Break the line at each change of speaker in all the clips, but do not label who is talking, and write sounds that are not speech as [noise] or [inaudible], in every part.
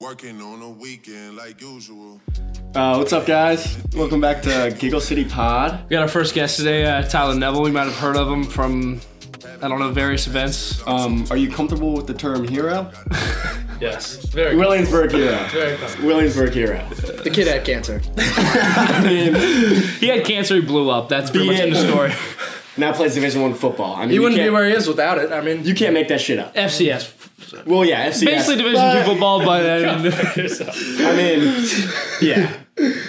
Working on a weekend like usual.
Uh, what's up, guys? Welcome back to Giggle City Pod.
We got our first guest today, uh, Tyler Neville. You might have heard of him from, I don't know, various events.
Um, are you comfortable with the term hero?
[laughs] Yes. Very
[laughs] Williamsburg hero.
[laughs] Very good.
Williamsburg hero.
The kid had cancer.
I mean,
He had cancer, he blew up. That's pretty
The
much end of [laughs]
end.
story.
now plays Division One football. I mean,
He
you
wouldn't be
can't-
where he is without it. I mean,
You can't make that shit up.
FCS.
Well, yeah, FCS.
Basically, Division
but,
two football uh, by [laughs] then. [laughs]
I mean, yeah,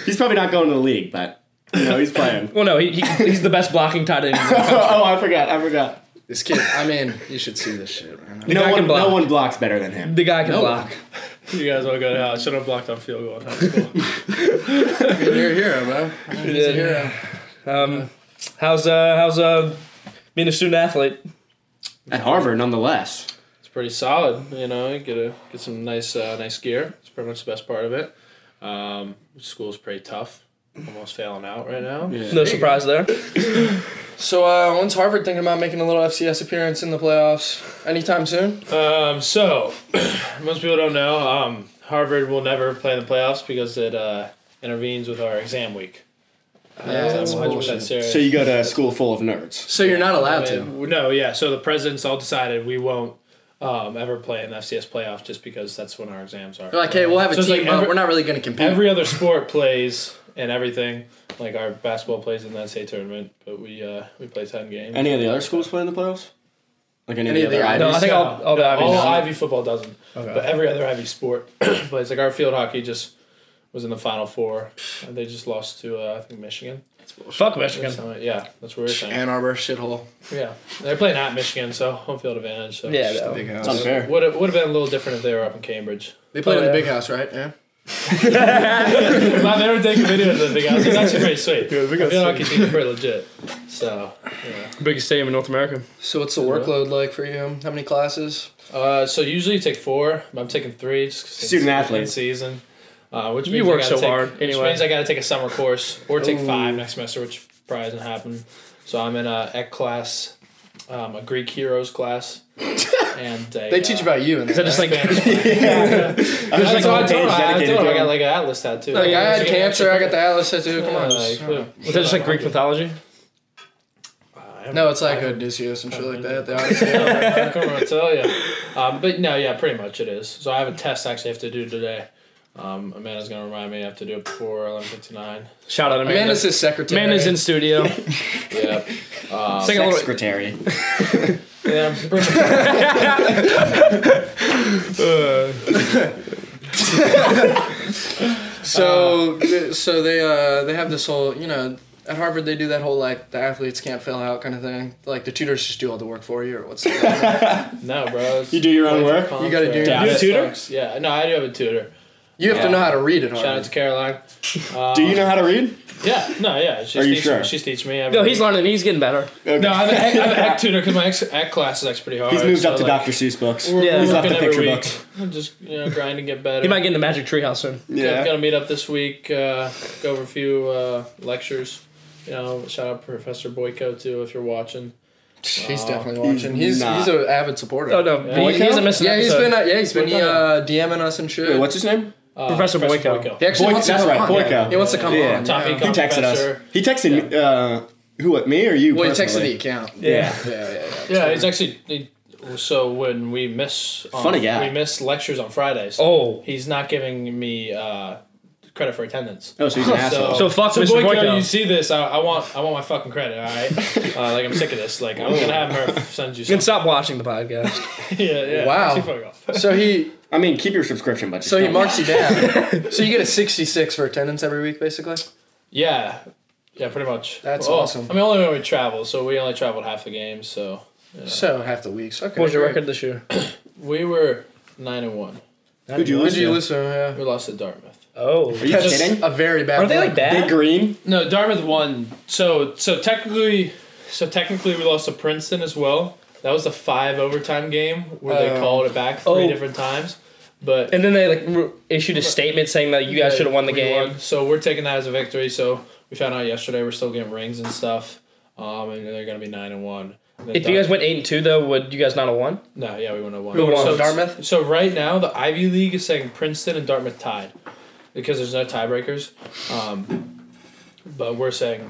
he's probably not going to the league, but you know
[laughs]
he's playing.
well, no, he, he, he's the best blocking tight end.
[laughs] oh, I forgot. I forgot.
this kid. I mean, you should see this shit, man.
No
guy
one,
can block.
no one blocks better than him.
The guy can block.
You guys all go to hell. I should have blocked on field goal in
[laughs]
high school.
You're a hero, bro. He's a hero.
Um, how's uh, how's uh, being a student athlete?
At Harvard, nonetheless.
It's pretty solid, you know. You get a get some nice uh, nice gear. It's pretty much the best part of it. Um, school's pretty tough. Almost failing out right now.
No surprise there.
So, uh, when's Harvard thinking about making a little FCS appearance in the playoffs? Anytime soon?
Um, so [clears throat] most people don't know. Um, Harvard will never play in the playoffs because it uh, intervenes with our exam week.
that's
I'm 100% serious.
So you go to a school full of nerds.
Um, So you're not allowed
I
to.
mean, No, yeah. So the presidents all decided we won't um, ever play in the FCS playoff just because that's when our exams are.
They're like, hey, we'll have a
So it's
team,
like
but
every-
we're not really going to compete.
every other sport plays and everything. Like our basketball plays in the NCAA tournament, but we uh, we play ten games.
Any of the other schools play in the playoffs? Like any,
Any
of the other
No, I think all, all the Ivy.
All Ivy football doesn't, but every other Ivy sport [clears throat] plays. Like our field hockey just was in the Final Four, and they just lost to uh, I think Michigan.
Fuck Michigan.
So, yeah, that's what we're saying.
Ann Arbor shithole.
Yeah, they're playing at Michigan, so home field advantage. So
Yeah, no.
Big
It's
house.
unfair.
would have would have been a little different if they were up in Cambridge. [laughs]
They played in the
yeah.
big house, right? Yeah.
Wow, they were taking videos of the big house. It's actually pretty sweet. Our field hockey team's pretty legit. So yeah.
biggest stadium in North America.
So, what's the workload like for you? How many classes?
Uh, so usually you take four. but I'm taking three. just 'cause it's
Student athlete.
in season. Uh, which
You
means I
work
gotta
so
take-
hard
Which
anyway.
means I got to take a summer course or take five next semester, which probably doesn't happen. So I'm in a ec class, um, a Greek heroes
[laughs]
class, and a,
They teach
uh,
about you. And
Is that
[laughs]
just like
Spanish class.
I was
That's
like
all I
on
told
page
her. I
dedicated
told her I got
to him.
like an atlas tattoo.
Like,
Like,
I had
she-
cancer. I got the atlas tattoo. Come
Yeah,
on.
like,
Was that just like Greek mythology?
No, it's like Odysseus and shit like that. The Odyssey.
I couldn't really tell you. Um, but no, yeah, pretty much it is. So I have a test I actually have to do today. Um, Amanda's gonna remind me I have to do it before eleven fifty nine.
Shout out Amanda.
Amanda's his secretary.
Amanda's in studio. Oh,
Yeah.
[laughs]
Um,
Sing a little.
Secretary.
[laughs] yeah, I'm pretty much-
Uh,
So, th- so they uh, they have this whole, you know, at Harvard they do that whole like the athletes can't fail out kind of thing. Like the tutors just do all the work for you, or what's that?
no, bro. it's-
You do your own work?
You gotta do your-
Do you have a tutor?
Sucks. Yeah, no, I do have a tutor.
you have to know how to read at
Shout out to
Harvard.
Caroline. Um,
Do you know how to read?
Yeah, no, yeah. She's
Are you
teaching,
sure?
She's teaching me. Every,
No, he's learning. He's getting better.
No, [laughs] I'm an ec, I'm an ec tutor because my ex, ec class is actually pretty hard.
He's moved up
so,
to
like,
Dr. Seuss books.
we're-
Yeah.
we're
He's left
working
the
every
picture
week.
books.
Just you know, grind and get better.
He might get in the magic treehouse soon.
Yeah. Gonna meet up this week, uh, go over a few uh, lectures. You know, shout out Professor Boyko too if you're watching.
He's
Oh,
definitely watching. He's
he's
he's,
not.
an avid supporter.
Oh no,
Yeah.
he, he hasn't missed an
Yeah, he's
episode.
been uh, yeah he's been he,
Boyko?
uh, DMing us and shit.
Wait, what's his name?
Uh,
Professor Boyko.
he actually
Boy-
wants to
that's
come
right,
on.
Boyko.
He wants to come
Yeah.
on.
Top
yeah.
econ
He texted us.
professor.
He texted me. Uh, who? What? Me or you?
Well, he texted
personally?
the account. Yeah,
yeah.
yeah, yeah.
Yeah, he's actually. He, so when we miss, um,
Funny guy.
we miss lectures on Fridays.
Oh,
he's not giving me uh, credit for attendance.
Oh, so
[laughs]
he's an asshole.
So fuck Mr.
Boyko,
Boyko.
You see this? I, I want, I want my fucking credit.
[laughs]
All right, uh, like I'm sick of this. Like I'm gonna have Murph send you.
you can
Something.
stop watching the podcast.
[laughs] yeah, yeah.
Wow.
Actually, fuck off.
So he
I mean, keep your subscription, but just
so he
don't-
marks you down. so you get a sixty six for attendance every week, basically.
Yeah, yeah, pretty much.
That's
Well,
awesome.
I mean, only when we travel, so we only traveled half the game. So
So half the weeks. Okay.
What was your
great.
record this year?
we were nine and one.
Who'd you
Who'd
lose?
you
to?
listen? Yeah.
We lost to Dartmouth.
Oh,
Are you
That's
kidding?
a very bad.
aren't they like
look.
bad?
Big Green.
No, Dartmouth won. So so technically, so technically we lost to Princeton as well. That was the five overtime game where
Oh.
they called it back three
Oh.
different times. But
And then they like re- issued a statement saying that you guys should have won the
we
game.
won. So we're taking that as a victory. So we found out yesterday we're still getting rings and stuff. um, and they're gonna be nine and one. And then
If you guys
Dar-
went eight and two though, would you guys not have won?
no, yeah, we went to one.
Who won?
So,
Dartmouth?
So right now, the Ivy League is saying Princeton and Dartmouth tied because there's no tiebreakers. Um, but we're saying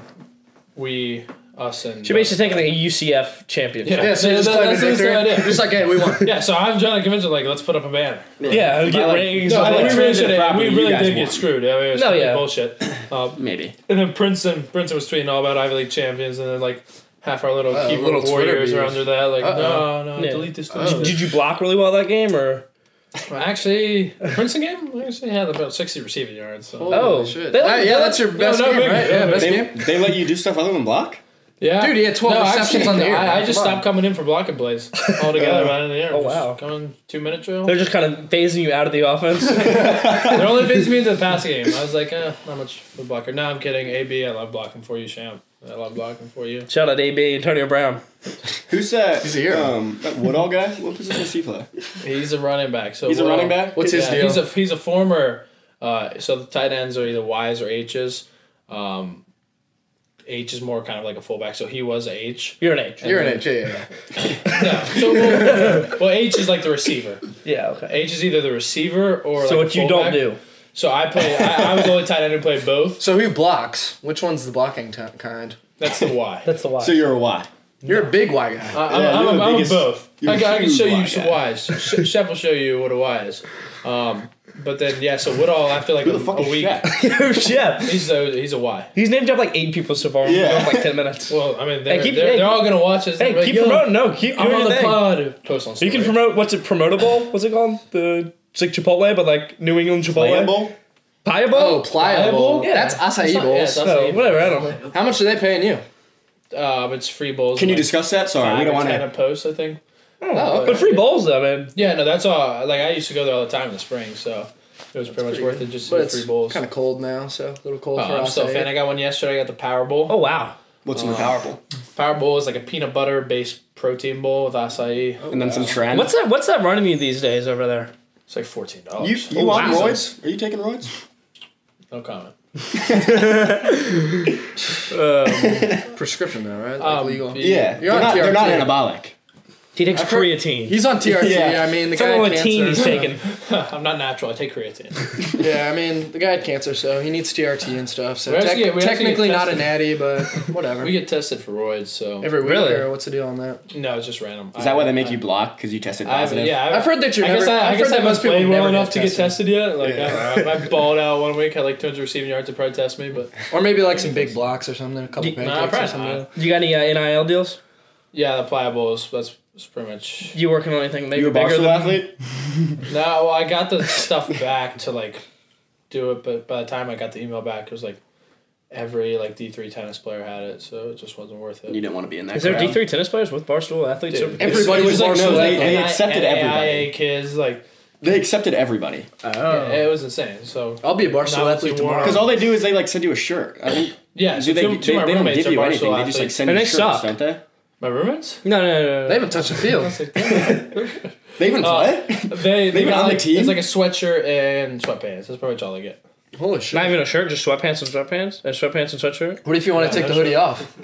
we, us, and uh,
Should basically take like a UCF championship.
Yeah,
so
no,
just
no,
claim
that's-
the
that's the
victory.
idea.
Just like,
[laughs]
hey, we won.
yeah. So I'm trying to convince them like let's put up a banner.
Yeah, it'd get
like-
ratings.
No,
and all
we
that.
that's
really
transitive
did.
property,
We
you
really
guys
did
won.
get screwed. I mean, it was
No,
complete
yeah.
bullshit. Um,
Maybe.
And then Princeton, Princeton was tweeting all about Ivy League champions, and then like half our little
Uh,
keyboard
little Twitter
warriors are
beef.
under that. Like,
Uh-oh.
no, no,
Yeah.
delete this.
Oh.
Delete
Did you block really well that game or?
this. Actually, Princeton game we actually had about sixty receiving yards. So.
Holy
Oh.
shit.
They
Ah,
like-
yeah, that's your best
no,
game,
big-
right? Yeah,
yeah,
best
They,
game.
they let you do stuff other than block?
Yeah,
Dude, he had 12 receptions on the year.
I, I just
Come on.
stopped coming in for block and plays
[laughs]
altogether, man. In the air,
Oh,
Just
wow.
coming two minute drill.
They're just kind of phasing you out of the offense.
[laughs] They're only facing me into the passing game. I was like, eh, not much of a blocker. No, I'm kidding. AB, I love blocking for you, Sham. I love blocking for you.
Shout out AB Antonio Brown.
Who's that?
He's a hero.
Um, that Woodall guy? What position does he play?
He's a running back. So
He's a
we're
running
all-
back?
What's his
Yeah,
deal?
he's a he's a former. Uh, so the tight ends are either Y's or H's. Um, H is more kind of like a fullback, so he was a H.
You're an H.
You're in it, yeah, yeah.
Yeah. So well, [laughs] well, H is like the receiver.
Yeah. Okay.
H is either the receiver or
So
like a
what you don't
fullback.
do?
So I play. I, I was the only tight end who played both.
So who blocks? Which one's the blocking t- kind?
That's the Y.
That's the why. [laughs]
So you're a Y.
You're a big Y guy.
I- I'm,
Yeah,
I'm,
you're
I'm,
the
I'm
biggest-
both.
you're
I,
a
can- I can
huge
show you
Y
some
guy.
Y's. Sh- Shep will show you what a Y is. Um, but then yeah, so Woodall after like a,
Who the fuck
a
is
week,
Shaq?
[laughs]
yeah.
he's a he's a Y.
Oh, He's named up like eight people so far. We've been
Yeah.
going for like ten
[laughs]
minutes.
Well, I mean, they're,
keep-
they're,
hey,
they're all gonna watch this.
hey,
They're
keep
like, "Yo,
promoting. No, keep
I'm
doing
on
your
the
thing.
pod. Post on.
You can
story.
promote what's it promotable? What's it called? The it's like Chipotle, but like New England Chipotle.
Lambo?
Pieable?
oh, pliable.
Yeah.
That's
not-
acai
yeah,
bowls.
that's-
Oh, whatever. I don't. know.
How much are they paying you?
Um, it's free bowls.
Can you
like
discuss that? Sorry,
Five
we don't
or
want
ten a
to.
post. I think.
Oh, okay.
But free bowls though, man.
Yeah, no, that's all. Like I used to go there all the time in the spring, so it was pretty much worth it just to
But
get
it's
free bowls.
kind of cold now, so a little cold
Oh,
for
I'm
us.
still a
eh?
fan. I got one yesterday. I got the Power Bowl.
Oh wow.
What's in the Powerball?
Power Bowl is like a peanut butter based protein bowl with acai.
Oh.
And then
Uh,
some trend.
What's that? What's that running you these days over there?
It's like fourteen
you?
dollars.
You on roids? Are you taking roids?
No comment.
Prescription though, right? Like
Um,
legal.
Yeah,
You're
they're
on
not, they're not
TRT.
anabolic.
He takes
heard-
creatine.
He's on TRT.
Yeah.
I mean, the
Some
guy
of
had
the teen
cancer.
he's taking.
[laughs] I'm not natural. I take creatine.
[laughs] Yeah, I mean, the guy had cancer, so he needs TRT and stuff. So
We actually
tec-
get- we actually
technically
get
not a
tested.
natty, but whatever.
we get tested for roids, so
Every week,
Really?
or what's the deal on that?
no, it's just random.
Is that why they make you block because you tested
I,
positive?
haven't- yeah, I
I've heard that you're
I
never.
guess I, I
have
guess I
heard that
haven't
most people
played well
never
enough
get
to get tested
tested.
yet. Like I, don't know. If I balled out one week, had like 200 receiving yards. They probably test me,
[laughs]
but
Or maybe like some big blocks or something, a couple
Nah,
nah,
pancakes or
probably
something.
not.
You got any uh, NIL deals?
Yeah, the pliables. That's, that's pretty much.
You working on anything? Maybe
You a
bigger
basketball
than
athlete?
No, well, I got the stuff back to like do it, but by the time I got the email back, it was like every like D three tennis player had it, so it just wasn't worth
You
it.
didn't want to be in that.
Is there
crowd.
D three tennis players with barstool athletes?
Dude,
Or-
Everybody
it
was
like
no,
so
they-
like
they
NI
accepted everybody.
NAIA kids, like
They accepted everybody
Oh.
it was insane. So
Oh,
I'll be a Barcelona
Not too
athlete
warm.
tomorrow.
because all they do is they like send you a shirt. I think.
yeah, so
do they,
two, two
they,
of my
they don't
roommates
give you
are
anything.
Barstool
They just like
athletes.
send
And
you
they
shirts,
suck.
don't they?
my
[laughs]
roommates.
no, no, no, no,
They
no.
haven't touched the field.
They even
Uh,
play.
They they
Even
got
on the
like,
team?
It's like a sweatshirt and sweatpants. That's pretty much all I get.
Holy shit!
Not even a shirt, just sweatpants and sweatpants, and sweatpants and sweatshirt.
What if you want to take the
that's
hoodie off?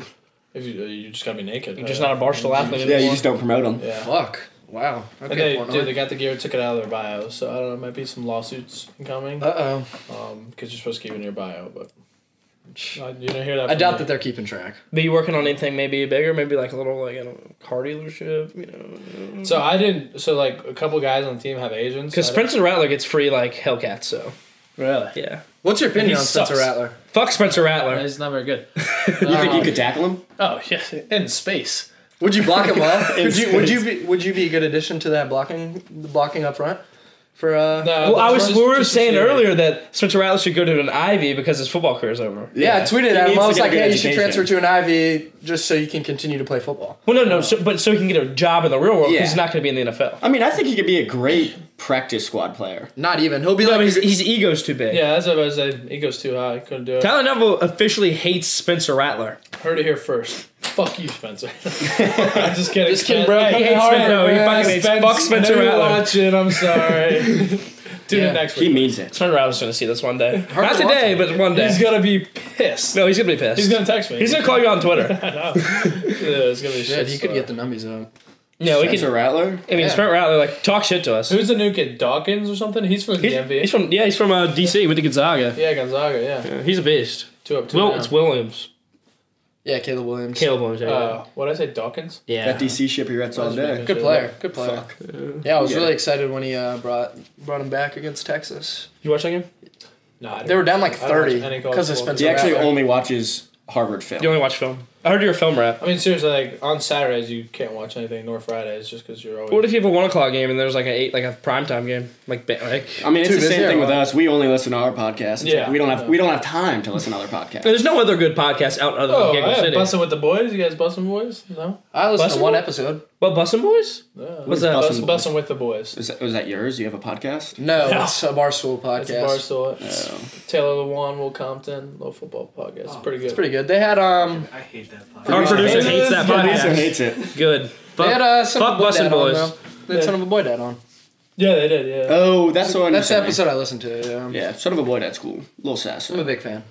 If you, you just gotta be naked.
You're just not a barstool athlete
Yeah,
anymore.
you just don't promote them.
Yeah.
Fuck! Wow.
And
Okay.
they, dude, they got the gear, took it out of their bio, so I don't know. Might be some lawsuits incoming,
uh oh.
because Um, you're supposed to keep it in your bio, but uh, you don't hear that.
I
from
doubt
me.
that they're keeping track.
But you working on anything maybe bigger, maybe like a little like I don't know, car dealership, you know?
So I didn't. So like a couple guys on the team have Asians.
Because
I don't-
Spencer Rattler gets free like Hellcats, so
really,
yeah.
What's your opinion
He
on Spencer
sucks.
Rattler?
Fuck Spencer Rattler.
he's not
[laughs]
very good. Um,
You think you could tackle them?
Oh yes, in space.
Would you block
[laughs]
him well? would you would you be would you be a good addition to that blocking the blocking up front for uh?
No,
Well, I was
just-
we were
just
saying
receiver.
earlier that Spencer Rattler should go to an Ivy because his football career's over.
Yeah, I tweeted at
He needs
him. I
to
was
get a
like,
good
"Hey, you should
education.
transfer to an Ivy just so you can continue to play football."
Well, no, no, so, but so he can get a job in the real world 'cause
Yeah.
he's not going to be in the NFL.
I mean, I think he could be a great practice squad player.
Not even. He'll be
No,
like,
but his, his ego's too big.
Yeah, that's what I was saying. It goes too high. Couldn't do it.
Tyler Neville officially hates Spencer Rattler.
Heard it here first. Fuck you,
[laughs]
Spencer. I'm just kidding.
Just kidding,
Spence.
bro.
Hey,
He
hey,
hates
Harvard,
Spencer. No, he
man.
fucking hates-
Spence,
fuck Spencer
I know you're
[laughs] Rattler.
watching. I'm sorry. Tune
Yeah.
in next
He
week.
means it.
Sven Robinson's gonna see this one day.
Hard
Not
to watch
today,
him.
but one day.
He's gonna be pissed.
no, he's gonna be pissed.
He's gonna text me.
He's gonna
[laughs]
call you on Twitter.
I know. Yeah, it's gonna be
Shit,
shit.
he could get the nummies up.
yeah, we
That's a
can.
rattler.
I mean,
yeah.
Sven Rattler like talk shit to us.
Who's the new kid? Dawkins or something? He's from the
He's,
DMV.
he's from yeah, he's from uh, DC. Went to Gonzaga.
yeah, Gonzaga. Yeah.
Yeah, he's a beast.
Two up. Two
Will,
down.
it's Williams.
Yeah, Caleb Williams.
Caleb Williams. Yeah.
Uh, what did I say? Dawkins.
yeah.
That DC ship he rats all day.
Good player. Good player. Yeah, I was
Yeah.
really excited when he uh, brought brought him back against Texas.
you watch that game?
No, I didn't.
They were down like
I don't watch
30
any college
because of
football.
Spencer
He actually
Rattler.
only watches Harvard
You
film.
only watch film. I heard you're a film rat.
I mean, seriously, like on Saturdays you can't watch anything nor Fridays just because you're always.
What if you have a one o'clock game and there's like a eight, like a prime time game, like ba- like?
I mean, it's
Too
the same
busy,
thing with
right?
us. We only listen to our podcast. It's
Yeah.
like we don't have
Yeah.
we don't have time to listen to
[laughs]
other podcasts.
There's no other good podcast out other than
Oh,
Giggle
yeah,
City.
busting with the boys. You guys busting boys? No.
I listened to
Bussin'
one
Boy?
episode.
What Bussin' Boys?
Yeah.
What's that?
Bussin'
Busting,
Boys?
busting with the boys.
Is that, was that yours? You have a podcast?
No, it's a Barstool
It's
podcast.
a Barstool.
No.
Taylor Lewan, Will Compton, Low Football Podcast. It's pretty good.
It's Oh, pretty good. They had um,
I hate that podcast.
Our producer
Hey,
hates that
yeah.
Producer
podcast.
hates it.
Good.
they had
Fuck,
uh, son
fuck
of a boy
Bussin'
dad on.
Boys.
Though. They had son of a boy dad on.
Yeah, they did. Yeah.
Oh, that's the one. you
That's the
sent me.
episode I listened to. Yeah.
Yeah, sort of a boy at school. Little sass.
I'm a big fan.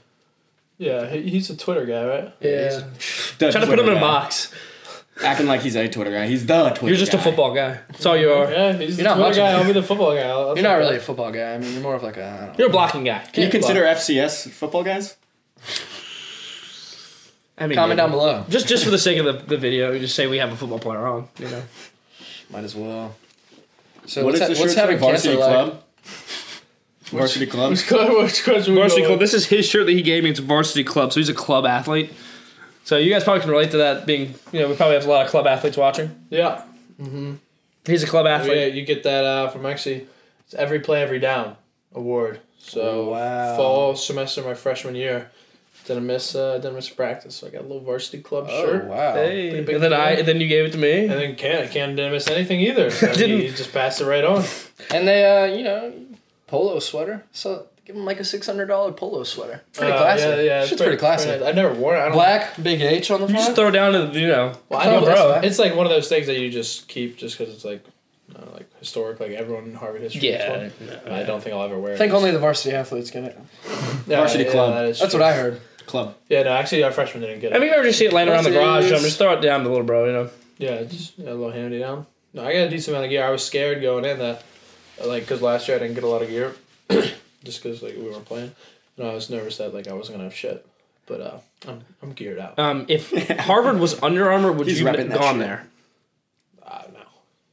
yeah. He, he's a Twitter guy, right?
Yeah.
Trying to put him in a box.
Acting like he's a Twitter guy. He's the Twitter.
You're just a
guy.
football guy. That's all Oh, you are.
Yeah. He's
You're
the
not
Twitter
much-
guy. I'll be the football guy. I'll- I'll
You're not
take
really a
that.
football guy. I mean, you're more of like a. I don't know.
You're a blocking guy.
Do you consider FCS football guys?
I mean,
Comment down
maybe.
below.
Just just for the sake of the, the video, we just say we have a football player on. You know,
Might as well. So
what is
what's, ha-
the
what's
shirt
having
say? Varsity
cancer
Club?
like?
Varsity Club.
Which [laughs] club? Which club? should
[laughs]
we
varsity
go
club.
with?
This is his shirt that he gave me. It's varsity club, so he's a club athlete. So you guys probably can relate to that. Being you know, we probably have a lot of club athletes watching.
Yeah. Oh,
He's a club
Yeah.
athlete.
You get that uh, from actually. It's every play, every down award. So
Wow.
fall semester, my freshman year, didn't miss. Uh, didn't miss practice. So I got a little varsity club shirt.
Oh, wow.
Hey, and then I, and then you gave it to me.
And then Cam, Cam didn't miss anything
[laughs]
either. So
Didn't.
He, he just passed it right on.
And they, uh, you know, polo sweater. So give them like a six hundred dollar polo sweater. Pretty
Uh,
classy.
Yeah, yeah,
Shit's pretty classy.
nice. I never wore it. I don't
Black, big H on the
You just
front.
throw down to the, you know,
Well, I
Club
know, bro.
West.
It's like one of those things that you just keep just because it's like, uh, like historic. Like everyone in Harvard history. gets
yeah.
one. I don't think I'll ever wear.
I think
it.
only the varsity athletes get it.
Yeah,
Varsity
yeah,
Club.
that is
That's
true.
what I heard.
Club.
Yeah, no, actually, our freshman didn't get it.
I mean, you ever just see it laying around the garage? I'm just throw it down to the little bro. You know,
yeah, just yeah, a little handy down. No, I got a decent amount of gear. I was scared going in that, like, because last year I didn't get a lot of gear, [clears throat] just because like we weren't playing, and I was nervous that like I wasn't gonna have shit. But uh, I'm I'm geared
Uh,
out.
um, if Harvard was Under Armour, would
He's
you
repping
have
that
gone
shit.
there?
I don't know.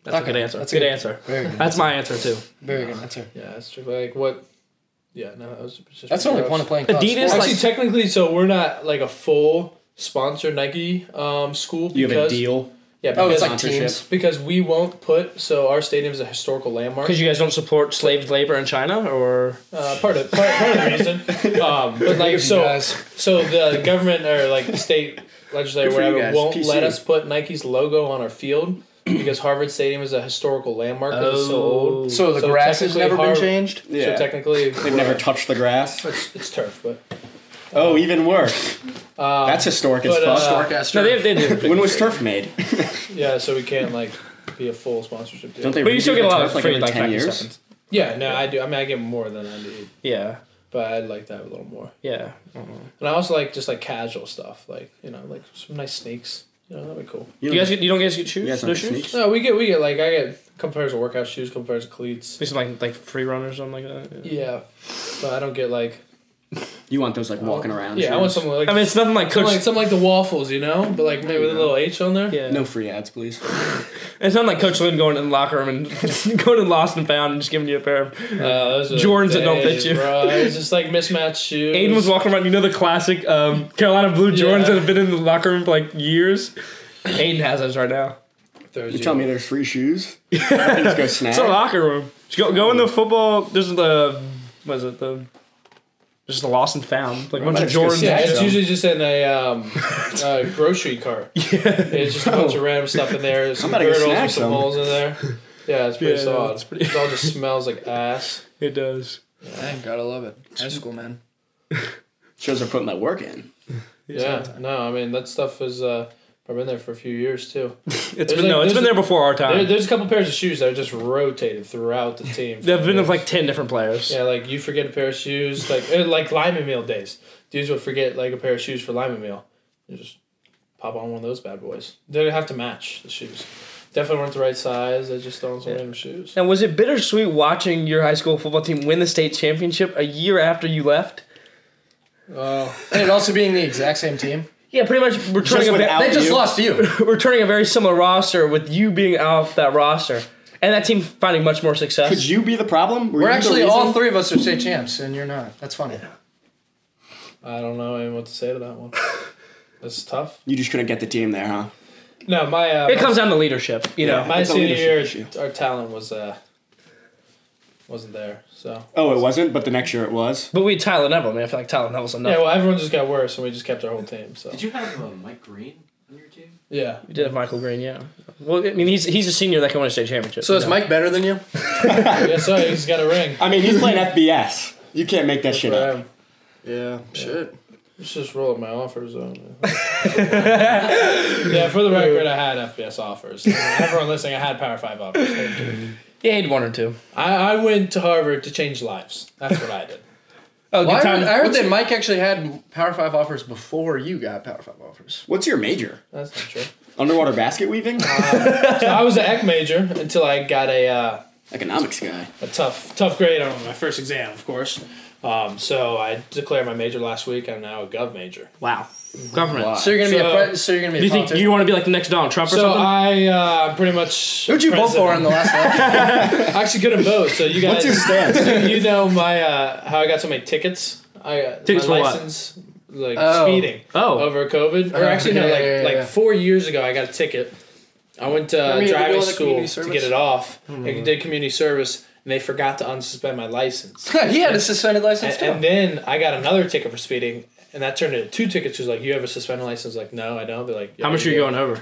That's
Okay,
a good answer.
that's
That's
a
a good,
good-
answer.
Very good.
That's my answer too.
Very good answer.
Yeah, that's true. Like what? Yeah, no, that was just
That's the only
gross.
point of playing.
Adidas,
Actually,
like-
technically, so we're not like a full sponsor Nike um, school because
You have a deal.
yeah,
oh,
because,
it's like
Sponsorship.
teams.
because we won't put so our stadium is a historical
[laughs]
landmark.
Because you guys don't support slave labor in China, or
Uh, part of part, part of the
[laughs]
reason, um, but like
You
so
guys.
so the government or like the state
Good
legislature
for you
whatever
guys,
won't
PC.
let us put Nike's logo on our field because Harvard Stadium is a historical landmark. 'cause It's so
Oh,
old.
So the
So
grass has
technically
never been
Harvard-
changed.
Yeah.
So technically,
They've never touched the
Uh,
grass.
it's, it's turf, but
Oh, even worse. That's historic as
but,
fuck.
uh,
Dark ass
no,
turf.
they, they do.
[laughs] when was turf made?
yeah, so we can't like be a full sponsorship. Deal.
Don't they?
But you
redo
still
the
get a lot
turf,
of
like
free
every
like
ten
practice
years.
sessions.
Yeah, no, I do. I mean, I get more than I need,
Yeah,
but I like that a little more.
yeah.
And I also like just like casual stuff, like you know, like some nice sneaks. You know, that'd be cool.
You, guys, get, you don't guys get shoes?
You guys don't
no
get
shoes.
sneaks?
No, we get we get like I get a couple pairs of workout shoes, couple pairs of cleats.
Maybe some like like free runners or something like that. yeah.
Yeah, but I don't get like
You want those like walking around?
yeah, I
shoes.
want something like
I mean, it's nothing like Coach.
something like something like the waffles, you know, but like maybe with a little H on there.
yeah.
No free ads, please.
It's not like Coach Lynn going in the locker room and [laughs] going and lost and found and just giving you a pair of.
Uh, those are
Jordans that don't fit
days,
you.
Bro. It's just like mismatched shoes.
Aiden was walking around, you know the classic um, Carolina blue Jordans that
Yeah.
have been in the locker room for like years. Aiden has those right now.
You tell me there's free [laughs] shoes. I can just go snag.
It's a locker room. Just go go in the football. There's the what is it the just the lost and found like a bunch of
let's go
Jordans.
see
Yeah,
and
it's
shit.
usually just in
[laughs]
a um, uh, grocery cart. Yeah. It's just a bunch of random stuff in there. Some
Oh. about to go
girdles
snag
with some
some.
holes in there. Yeah, it's pretty
Yeah,
solid.
it's pretty-
It all just smells
[laughs]
like ass.
It does.
Dang, gotta love it. High school man.
Shows are putting that work in.
Yeah, no, I mean that stuff is uh, I've been there for a few years too.
It's
There's
been no,
like-
it's been
there's
there before our
There,
time.
there's a couple pairs of shoes that are just rotated throughout the team.
They've been
There's-
with like ten different players.
Yeah, like you forget a pair of shoes, like eh, like Lyman meal days. Dudes will forget like a pair of shoes for Lyman meal. You just pop on one of those bad boys. They have to match the shoes. Definitely weren't the right size. They just throw on some random shoes.
And was it bittersweet watching your high school football team win the state championship a year after you left?
Oh,
And it also being the exact same team.
Yeah, pretty much returning
Just
a,
without
They just
you.
lost to you.
ve- returning a very similar roster with you being off that roster, and that team finding much more
Could
success.
you be the problem? Were you
We're
the
actually all
reason?
three of us are state champs, and you're not. That's funny.
I don't know even what to say to that one. That's tough.
You just couldn't get the team there, huh?
No, my uh,
It comes down to leadership, you know.
Yeah.
my
it's a
senior
leadership
year,
issue.
our talent was uh wasn't there. So
Oh, it wasn't, but the next year it was.
But we had Tyler Neville, man. I feel like Tyler Neville's enough.
yeah, well, everyone just got worse, and we just kept our whole team. So
Did you have uh, Mike Green on your team?
yeah,
we did have Michael Green, yeah. Well, I mean, he's he's a senior that can win a state championship.
So is
No.
Mike better than you?
yeah. So he's got a ring.
[laughs] I mean, he's playing FBS. You can't make that shit
But,
up.
um,
Yeah. Shit.
Let's just roll up my offers. On.
[laughs]
yeah, for the record, I had FBS offers. Everyone listening, I had Power Five offers.
Yeah, he'd one or two.
I, I went to Harvard to change lives. That's what I did.
Oh, good
Well, I
time.
heard, I heard that Mike actually had Power Five offers before you got Power Five offers.
What's your major?
That's not true.
Underwater basket weaving? [laughs]
So I was an ec major until I got a uh,
Economics guy.
a tough tough grade on my first exam, of course. Um, so I declared my major last week. I'm now a gov major.
Wow. Government.
So you're gonna be a
So-
pre- so you're gonna be.
Do
a
you think
politician?
you want to be like the next Donald Trump or
So
something?
um,
I uh, pretty much.
Who'd you vote for in the last election?
I actually good in both. So you guys.
What's your stance?
[laughs]
[laughs]
you know my uh, how I got so many tickets. I uh,
Tickets
my
for what?
license, like
Oh. Uh-huh.
speeding
oh.
over COVID, or actually no,
yeah,
like
yeah, yeah,
like
yeah.
four years ago, I got a ticket. I went to
Remember you had to do
driving
all the
school
community
to
service?
get it off,
Hmm.
and did community service, and they forgot to unsuspend my license.
[laughs] he had a suspended license
and,
too.
and then I got another ticket for speeding. And that turned into two tickets. She was like, "You have a suspended license?" Like, no, I don't. They're like,
How
"Yeah,
much are
you
you
do."
going over?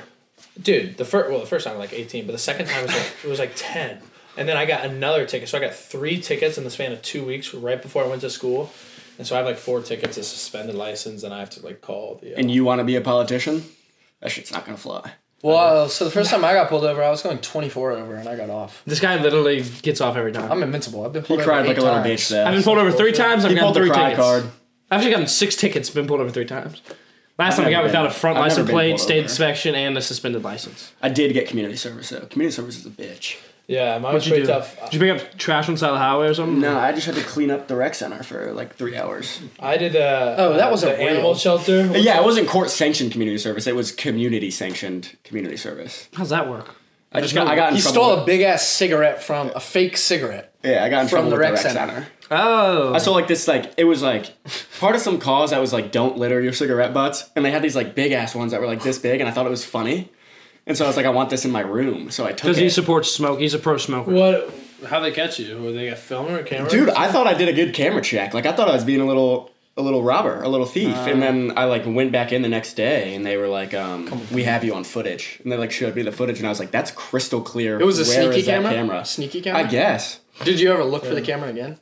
dude the first well the first time like 18 but the second time was like it was like 10 and then i got another ticket so i got three tickets in the span of two weeks right before i went to school and so i have like four tickets a suspended license and i have to like call the uh,
And you want to be a politician? That shit's not gonna fly.
Well, so the first time I got pulled over, I was going 24 over, and I got off.
This guy literally gets off every time.
I'm invincible. I've been
He
pulled over
cried like
eight
a little
times.
bitch
I've
there.
been pulled over three times. I've
He
gotten
pulled the
three
cry
tickets.
card.
I've actually gotten six tickets. Been pulled over three times. Last time I got
never been-
without a front
I've never
license
been
plate,
pulled
state
over.
inspection, and a suspended license.
I did get community service though. Community service is a bitch.
yeah mine
What'd
was
you
pretty
do?
tough
Did you pick up trash on the side of the highway or something?
No, I just had to clean up the rec center for like three hours.
i did uh
Oh, that was
the
a real-
animal shelter
But yeah, it wasn't court sanctioned community service. It was community sanctioned community service.
How's that work?
I just got, I got in
He
trouble.
stole a big ass cigarette from a fake cigarette.
with- yeah, I got in trouble
from the
with the
rec
rec
center.
center.
Oh,
I saw like this like it was like part of some cause that was like don't litter your cigarette butts, and they had these like big ass ones that were like this big, and I thought it was funny, and so I was like I want this in my room, so I took
because
it.
he supports smoke. He's a pro smoker.
what how they catch you were they a film or a camera
Dude, I thought I did a good camera check. Like I thought I was being a little a little robber, a little thief, and then I like went back in the next day, and they were like, um, "We have you on footage," and they like showed me the footage, and I was like, "That's crystal clear." It
was a sneaky
that
camera? Sneaky camera?
I guess.
Did you ever look for the camera again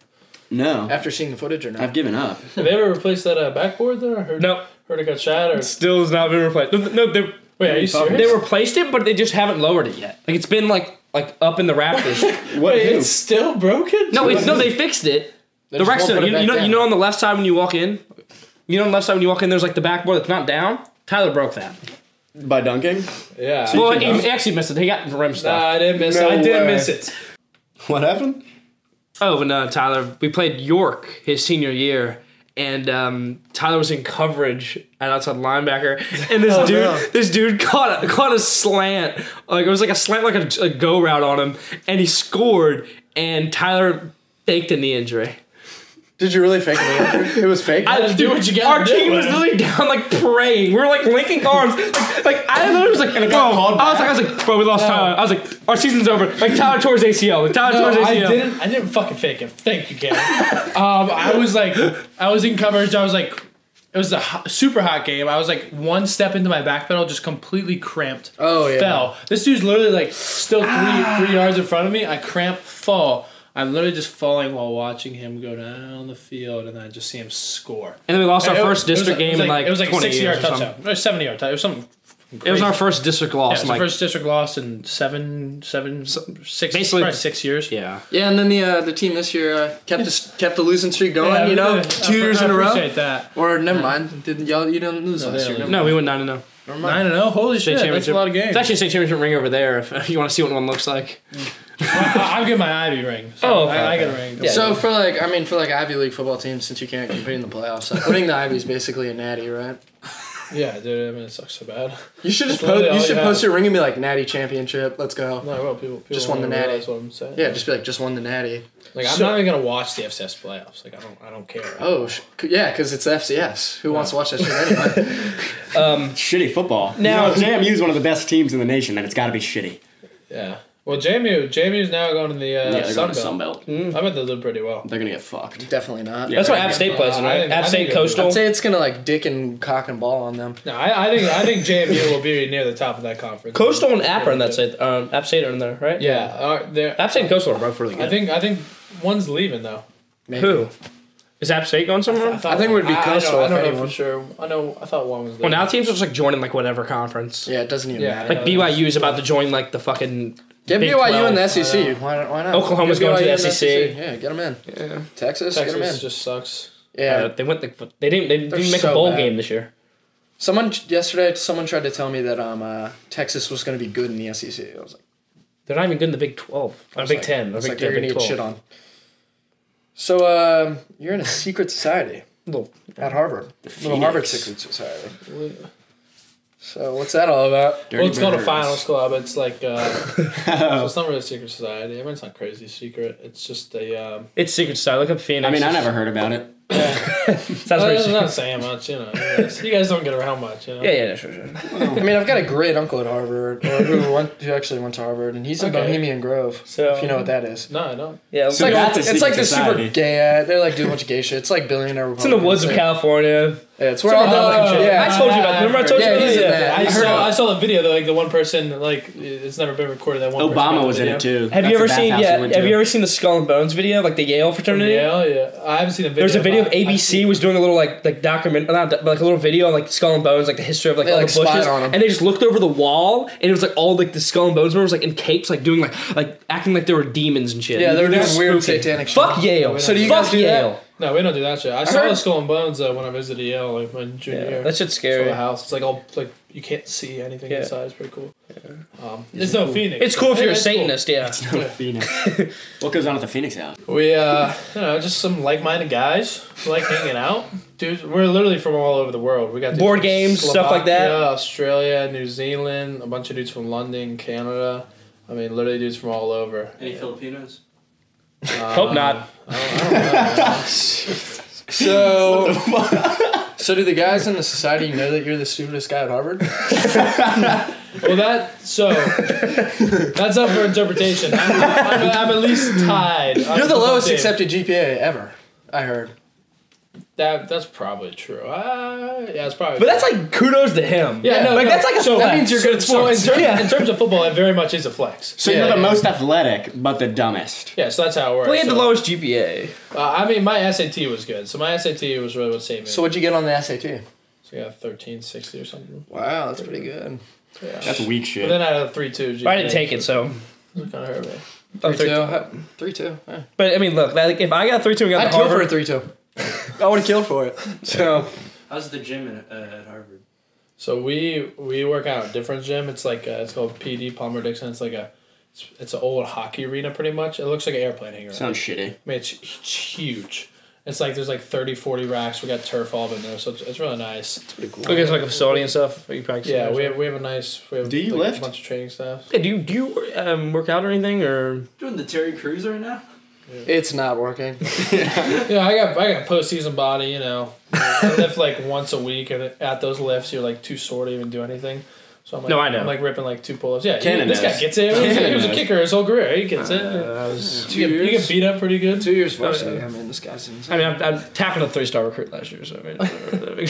No,
after seeing the footage or not?
I've given up.
did they ever replace that uh, backboard there I heard,
No.
heard it got shot or
Still has not been replaced. No, no, they
wait are you serious
they replaced it, but they just haven't lowered it yet. Like it's been like like up in the
[laughs]
rafters.
What?
Wait,
who?
it's still broken
no, it's, no, they fixed it. the
just
rec
won't
center.
put it
You,
back
you know, you
down.
know, on the left side when you walk in, you know, on the left side when you walk in, there's like the backboard that's not down. Tyler broke that.
By dunking?
yeah
Well, he actually missed it. He got rim
Nah,
stuff.
I Uh, didn't miss
No
it. I did
way.
miss it.
What happened?
oh, but no, Tyler. We played York his senior year, and um, Tyler was in coverage at outside linebacker, and
[laughs] Oh,
this dude, this dude caught a, caught a slant. Like it was like a slant, like a, a go route on him, and he scored. And Tyler faked a knee
[laughs]
injury.
Did you really fake
[laughs]
it? it was fake.
I,
do what you gotta
Our
do,
team was
man.
literally down, like praying. We were like linking arms. Like, like I literally was like, bro.
called
I was like, I was like, bro, we lost Tyler. I was like, our season's over. Like Tyler tore his ACL. Like, [laughs] Tyler tore his
I
ACL.
didn't. I didn't fucking fake it. Thank you, Kevin. um, I was like, I was in coverage. I was like, it was a hot, super hot game. I was like one step into my back pedal, just completely cramped.
Oh, yeah. Ah.
Fell. This dude's literally like still three three yards in front of me. I cramp, fall. I'm literally just falling while watching him go down the field, and I just see him score.
And then we lost our
It-
first
it was-
district
it was
game in like
it was like
20
sixty yard
years or something.
touchdown, or seventy yard touchdown. It was something
It was our first district loss.
Yeah, it's
I'm
the
like,
first district loss in seven, seven, six,
basically-
probably six years.
yeah.
Yeah, and then the uh, the team this year uh, kept this, kept the losing streak going. you know,
I-
two
I-
years
I
in a row.
Appreciate that.
Or never mind. Didn't y'all? You didn't lose
No,
last
they
year.
don't.
No,
never
we went nine and zero.
Nine and zero.
oh,
Holy shit, that's a lot of games.
It's actually a state championship ring over there. If [laughs] you want to see what one looks like,
I, I'll get my Ivy
[laughs]
ring. So
Oh,
oh,
okay,
I, I
okay.
get a ring.
mind. So for like, I mean, for like Ivy League football teams, since you can't compete in the playoffs, like, winning the Ivy is basically a natty, right?
yeah, dude. I mean, it sucks so bad. [laughs]
You should just
That's literally
post, you
all
should
you
post
have.
your ring and be like natty championship. Let's go.
No, well, people, people
Just won the
don't
natty.
realize What I'm saying.
Yeah, just be like, just won the natty.
Like I'm
So-
not even gonna watch the FCS playoffs. Like I don't, I don't care.
Oh, sh- yeah, because it's FCS. Who wants to watch that
[laughs]
shit anyway?
Shitty football. Now JMU is one of the best teams in the nation, and it's got to be shitty.
Yeah. Well, JMU, JMU's now going to the uh,
they're
Sun
going to
Belt. Mm.
Sunbelt.
I bet they'll do pretty well.
They're gonna get fucked.
Definitely not.
Yeah.
that's what App State plays,
Uh, I
right?
think- I
App
think
State
it'll be-
Coastal.
I'd say it's gonna like dick and cock and ball on them.
No, I, I think I think JMU will be near the top of that conference.
Coastal and App are in that state. Um, App State are in there, right?
Yeah, uh, they're-
App State and Coastal are both really
I
good.
think I think one's leaving though.
Maybe.
Who is App State going somewhere?
thought-
I think it would be Coastal
I, I don't, I don't
if
know
anyone.
for sure. I know. I thought one was.
well,
Leaving.
now teams are just like joining like whatever conference.
Yeah, it doesn't even
Yeah.
matter.
Like BYU is about to join like the fucking uh,
Get
Big
BYU in the
12.
SEC. Why not? Why not?
Oklahoma's
Get
going to
BYU
the
in E
SEC.
Yeah, get them in. Texas, get them
E
in.
Texas just sucks.
yeah.
Uh, they went. The, they didn't. They
They're
didn't make
so
a bowl
bad.
game this year.
someone yesterday, someone tried to tell me that um uh, Texas was going to be good in the SEC. I was like,
They're not even good in the Big Twelve. Or Big
like-
Ten. Or
it's
Big
like
Ten.
they're going to
Big
get
Twelve.
shit on. So um, you're in a
[laughs]
secret society
Little-
at Harvard, little
Phoenix.
Harvard secret society. So what's that all about?
well, it's called a
Dirty
finals club. It's like uh, so it's not really a secret society. I mean, it's not crazy secret. It's just a. Um,
It's secret style. Look up Phoenix.
I mean, I never heard about it.
Sounds
I,
pretty.
am
secret.
not saying much, you know. You guys, you guys don't get around much, you know.
Yeah, yeah, yeah, sure, sure.
I mean, I've got a great uncle at Harvard, or who, [laughs] went, who actually went to Harvard, and he's in
Okay.
Bohemian Grove.
So-
if you know what that is.
No, I don't.
Yeah,
It's like,
that's a
it's like
secret
the
society.
super gay. uh, They're like doing a bunch of gay shit. It's like billionaire.
It's in the woods of California.
Yeah, it's where all the
Republican shit.
Oh, yeah.
I told you about. Remember I told
Yeah,
you about
he's in
it?
that.
I,
He's
heard
saw,
of it.
I saw the video though, like the one person, like it's never been recorded. That one.
Obama was in it too.
Have
That's
you
the
ever seen?
bathhouse
Yeah.
we went
Have
to.
you ever seen the Skull and Bones video, like the Yale fraternity?
Yeah, oh, yeah. I haven't seen a video.
There's a video of
but I- I've
ABC
seen-
was doing a little like like document, not doc- but, like a little video on like Skull and Bones, like the history of like
They,
all
like,
the
spied
bushes,
on 'em.
and they just looked over the wall, and it was like all like the Skull and Bones members like in capes, like doing like like acting like they were demons and shit.
Yeah, they were doing weird
Spooky.
satanic shit.
Fuck Yale.
So do you
Fuck
guys do that?
Yale.
No, we don't do that shit. I, saw
heard-
the Skull and Bones though when I visited Yale, like my junior
Yeah,
year.
that shit's
Saw
scary.
the house. It's like all like you can't see anything
Yeah.
inside. It's pretty cool. Um, it's no Phoenix.
It's cool if
It-
you're a
it's cool.
Satanist, yeah.
Phoenix. [laughs] what goes on at the Phoenix House?
We uh, you know, just some like-minded guys who like hanging out, dude. We're literally from all over the world. We got dudes
Board
from
games, stuff like that.
Slovakia, Australia, New Zealand, a bunch of dudes from London, Canada. I mean, literally dudes from all over. Um,
Any Filipinos?
Hope not.
[laughs] So, so do the guys in the society know that you're the stupidest guy at Harvard?
Well, that so that's up for interpretation. I'm, I'm, I'm at least tied.
You're the lowest accepted GPA ever. I heard.
That that's probably true. Uh, yeah, it's probably.
But that's like kudos to him.
yeah, no,
like
no.
that's like a
so,
flex.
means you're good at
so in,
sports.
terms,
Yeah.
in terms of football, it very much is a flex.
So
Yeah,
you're the
yeah.
most athletic, but the dumbest.
Yeah, so that's how it works.
We had the
So,
lowest GPA.
uh, I mean, my SAT was good, so my SAT was really what saved me.
So what'd you get on the SAT?
So I got thirteen sixty or something.
Wow, that's pretty good.
That's weak shit.
But then I had a three two.
I didn't take it, so.
Kind of hurt me.
I'm
Three
three-
two, huh? three two. huh.
But I mean, look, like if I got three two and got to
I'd kill for a
Harvard,
three two. [laughs] I would have killed for it. So
How's the gym at, uh, at Harvard?
So we we work out at a different gym. It's like uh it's called PD Palmer Dixon. It's like a it's, it's an old hockey arena pretty much. It looks like an airplane hangar.
Sounds shitty.
I mean, it's, it's huge. It's like there's like 30, 40 racks. We got turf all in there, so it's, it's really nice.
look it's like a facility and stuff. You practice.
Yeah, we have, we have a nice. We have
Do you
like,
lift?
A bunch of training staff.
Yeah, do you do you um, work out or anything or?
Doing the Terry Crews right now?
[laughs] it's not working.
Yeah, I got I got postseason body. You know, I lift like once a week, and at those lifts, you're like too sore to even do anything. So I'm like,
No, I know.
am like ripping like two pull-ups. Yeah,
Cannon
this
knows.
guy gets it. He was, he was a
knows.
kicker his whole career. He gets
Uh,
it. you, get, you get beat up pretty good.
Two years varsity. I mean, Oh, this guy's insane.
I mean, I, I tackled a three star recruit last year, so I mean,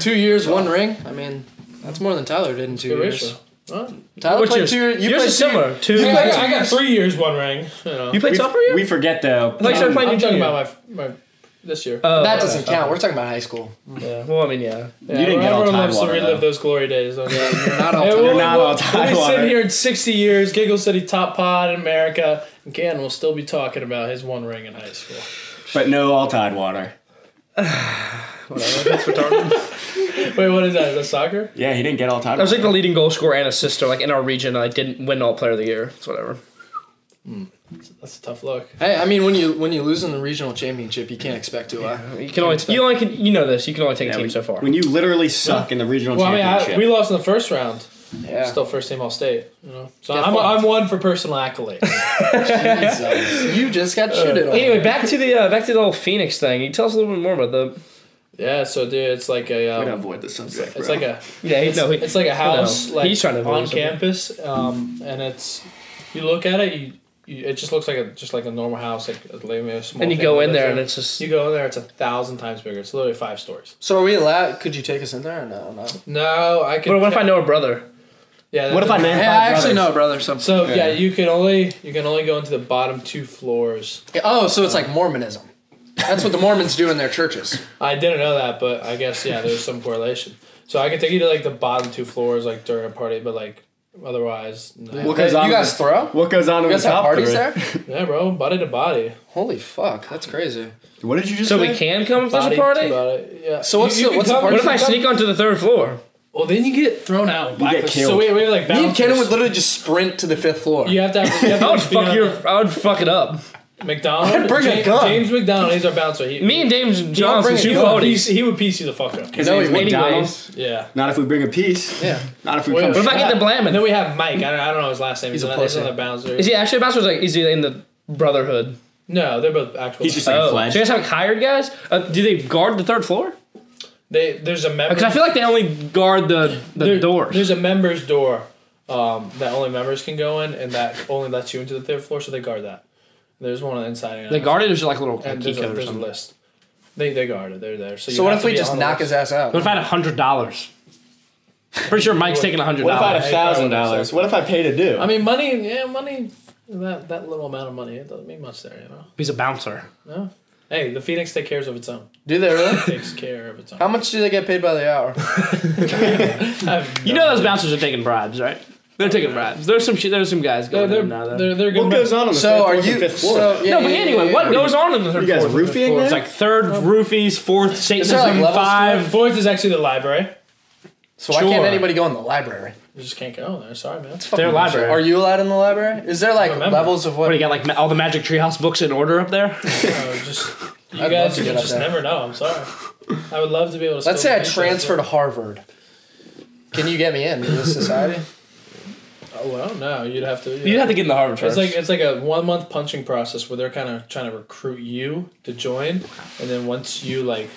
Two years, one ring. I mean, that's more than Tyler did in two
Good
years.
ratio. Huh?
Tyler
What's
played
yours?
two years. You
yours
played
is similar. Two.
I,
You
got, I got three years, one ring. You know,
played sophomore year.
We forget though. Um,
I thought you started
I'm
playing
talking
junior.
about my my this year.
Oh,
That doesn't count. We're talking about high [laughs] school.
yeah.
Well, I mean, yeah.
Yeah,
didn't get all
everyone loves to
Tidewater,
relive
though.
those glory days. Okay?
You're not all
Hey,
time.
we'll-
not
we'll-
all
We'll be
Tidewater.
sitting here in 60 years, Giggle City top pod in America, and Gannon will still be talking about his one ring in high school.
But no all tide water.
Wait, what is that? Is that soccer?
Yeah, he didn't get all tide
I was
water.
like the leading goal scorer and assister, like in our region. I didn't win all player of the year. It's whatever.
That's a tough look.
Hey, I mean, when you when you lose in the regional championship, you can't expect to. Uh,
You can only you only can you know this. You can only take a
Yeah,
team
when,
so far.
when you literally suck in the regional
Well, I mean,
championship.
I, we lost in the first round.
yeah.
Still first team all state. You know, so
Get
I'm,
fucked.
I'm one for personal accolades.
Jesus. [laughs] you just got shitted on.
Anyway, back to the uh, back to the whole Phoenix thing. Can You tell us a little bit more about the.
[laughs] yeah, so dude, it's like a
Way to
um,
avoid the subject.
it's
bro.
like a
Yeah,
it's, it's like a house
No,
like
he's trying to avoid
on
something.
campus, um, and it's you look at it, you, you it just looks like a just like a normal house, like a, like a small.
and you
thing
go
that
in
lives
there and it's just
you go in there, it's a thousand times bigger. It's literally five stories.
so are we allowed? Could you take us in there or no? No.
No, I could.
But what if I know a brother?
Yeah.
what if I
that-
met
Hey,
five
I actually
brothers?
know a brother. So.
So yeah, you can only you can only go into the bottom two floors.
Oh, so it's like Mormonism. That's what the Mormons do in their churches.
I didn't know that, but I guess yeah, there's some correlation. So I can take you to like the bottom two floors like during a party, but like otherwise, no.
What goes
Hey,
on?
you
in
guys
the-
throw?
what goes on in
You
the
guys have
top
parties
three?
there?
yeah, bro, body to body.
Holy fuck, that's crazy.
What did you just
So
say?
we can come if there's a
Body
party.
to
What
body, Yeah.
So what's the-
can
what's the
come-
party-
if I sneak onto the third floor?
Well, then you get thrown out.
You get
So
killed.
we, we have like
Me and Kenan
bouncers.
would literally just sprint to the fifth floor.
You have to have. You have to
I
[laughs]
would
have to be
fuck
on-
your. I would fuck it up.
McDonald.
I'd bring a
James,
gun.
James McDonald. He's our bouncer. He,
Me and James Johnson
bring it
he
shoot
would,
forty.
piece, he would piece you the fuck up.
His
No,
name's
he
wouldn't.
McDonald's.
Yeah.
Not if we bring a piece.
Yeah.
Not if we
Wait,
come.
what
What if I get the
And then
blaming?
we have Mike. I don't, I don't know his last name. He's,
He's a
another, he's
pussy.
another bouncer.
Is he actually a bouncer? Or is, like, is he in the brotherhood?
no, they're both actual.
He's just like
oh,
fledged.
so you guys haven't hired guys? Uh, do they guard the third floor?
they. There's a member.
Because I feel like they only guard the the
there-
doors.
There's a members door um, that only members can go in, and that only lets you into the third floor. So they guard that. There's one on the inside. And
They
out.
guard it or just like a little like,
And
key
there's a,
code or
there's a
something.
list. They they guard it. They're there. So, you
So what
have
if
to
we
be
just
on the
knock
list.
his ass out?
What if I had a hundred dollars? Pretty sure Mike's taking a hundred
What if I had
dollars.
a thousand dollars? What if I paid to do?
I mean, money. Yeah, money. That that little amount of money it doesn't mean much there, you know.
He's a bouncer.
No. Hey, the Phoenix takes care of its own.
Do they really?
Takes care of its own.
How much do they get paid by the hour?
You know those bouncers are taking bribes, right? They're taking bribes. There's some shit. There's some guys
they're
going
they're,
in now. though.
they're, they're good.
what
men.
goes on in the
So
third,
are
fourth, and
you?
fifth floor?
So, yeah,
no, but
yeah,
anyway,
yeah,
what
yeah.
goes on in the third
You guys
floor?
roofing
It's
there?
like third roofies, fourth Satanism,
like, levels to
five.
Fourth is actually the library.
So why can't
Sure.
anybody go in the library?
You just can't go in there. Sorry, man.
Their
Fucking
library.
Are you allowed in the library? Is there like
remember.
levels of what?
What do you got? Like ma- all the Magic Treehouse books in order up there?
Uh, just you
I'd love
guys
to
you
get up
just
there.
never know. I'm sorry. I would love to be able to.
Let's
still
say I
do that.
transfer to Harvard. Can you get me in to this society?
Oh, well, no, you'd have to.
You'd have to get in the Harvard
It's
first.
like it's like a one month punching process where they're kind of trying to recruit you to join, and then once you like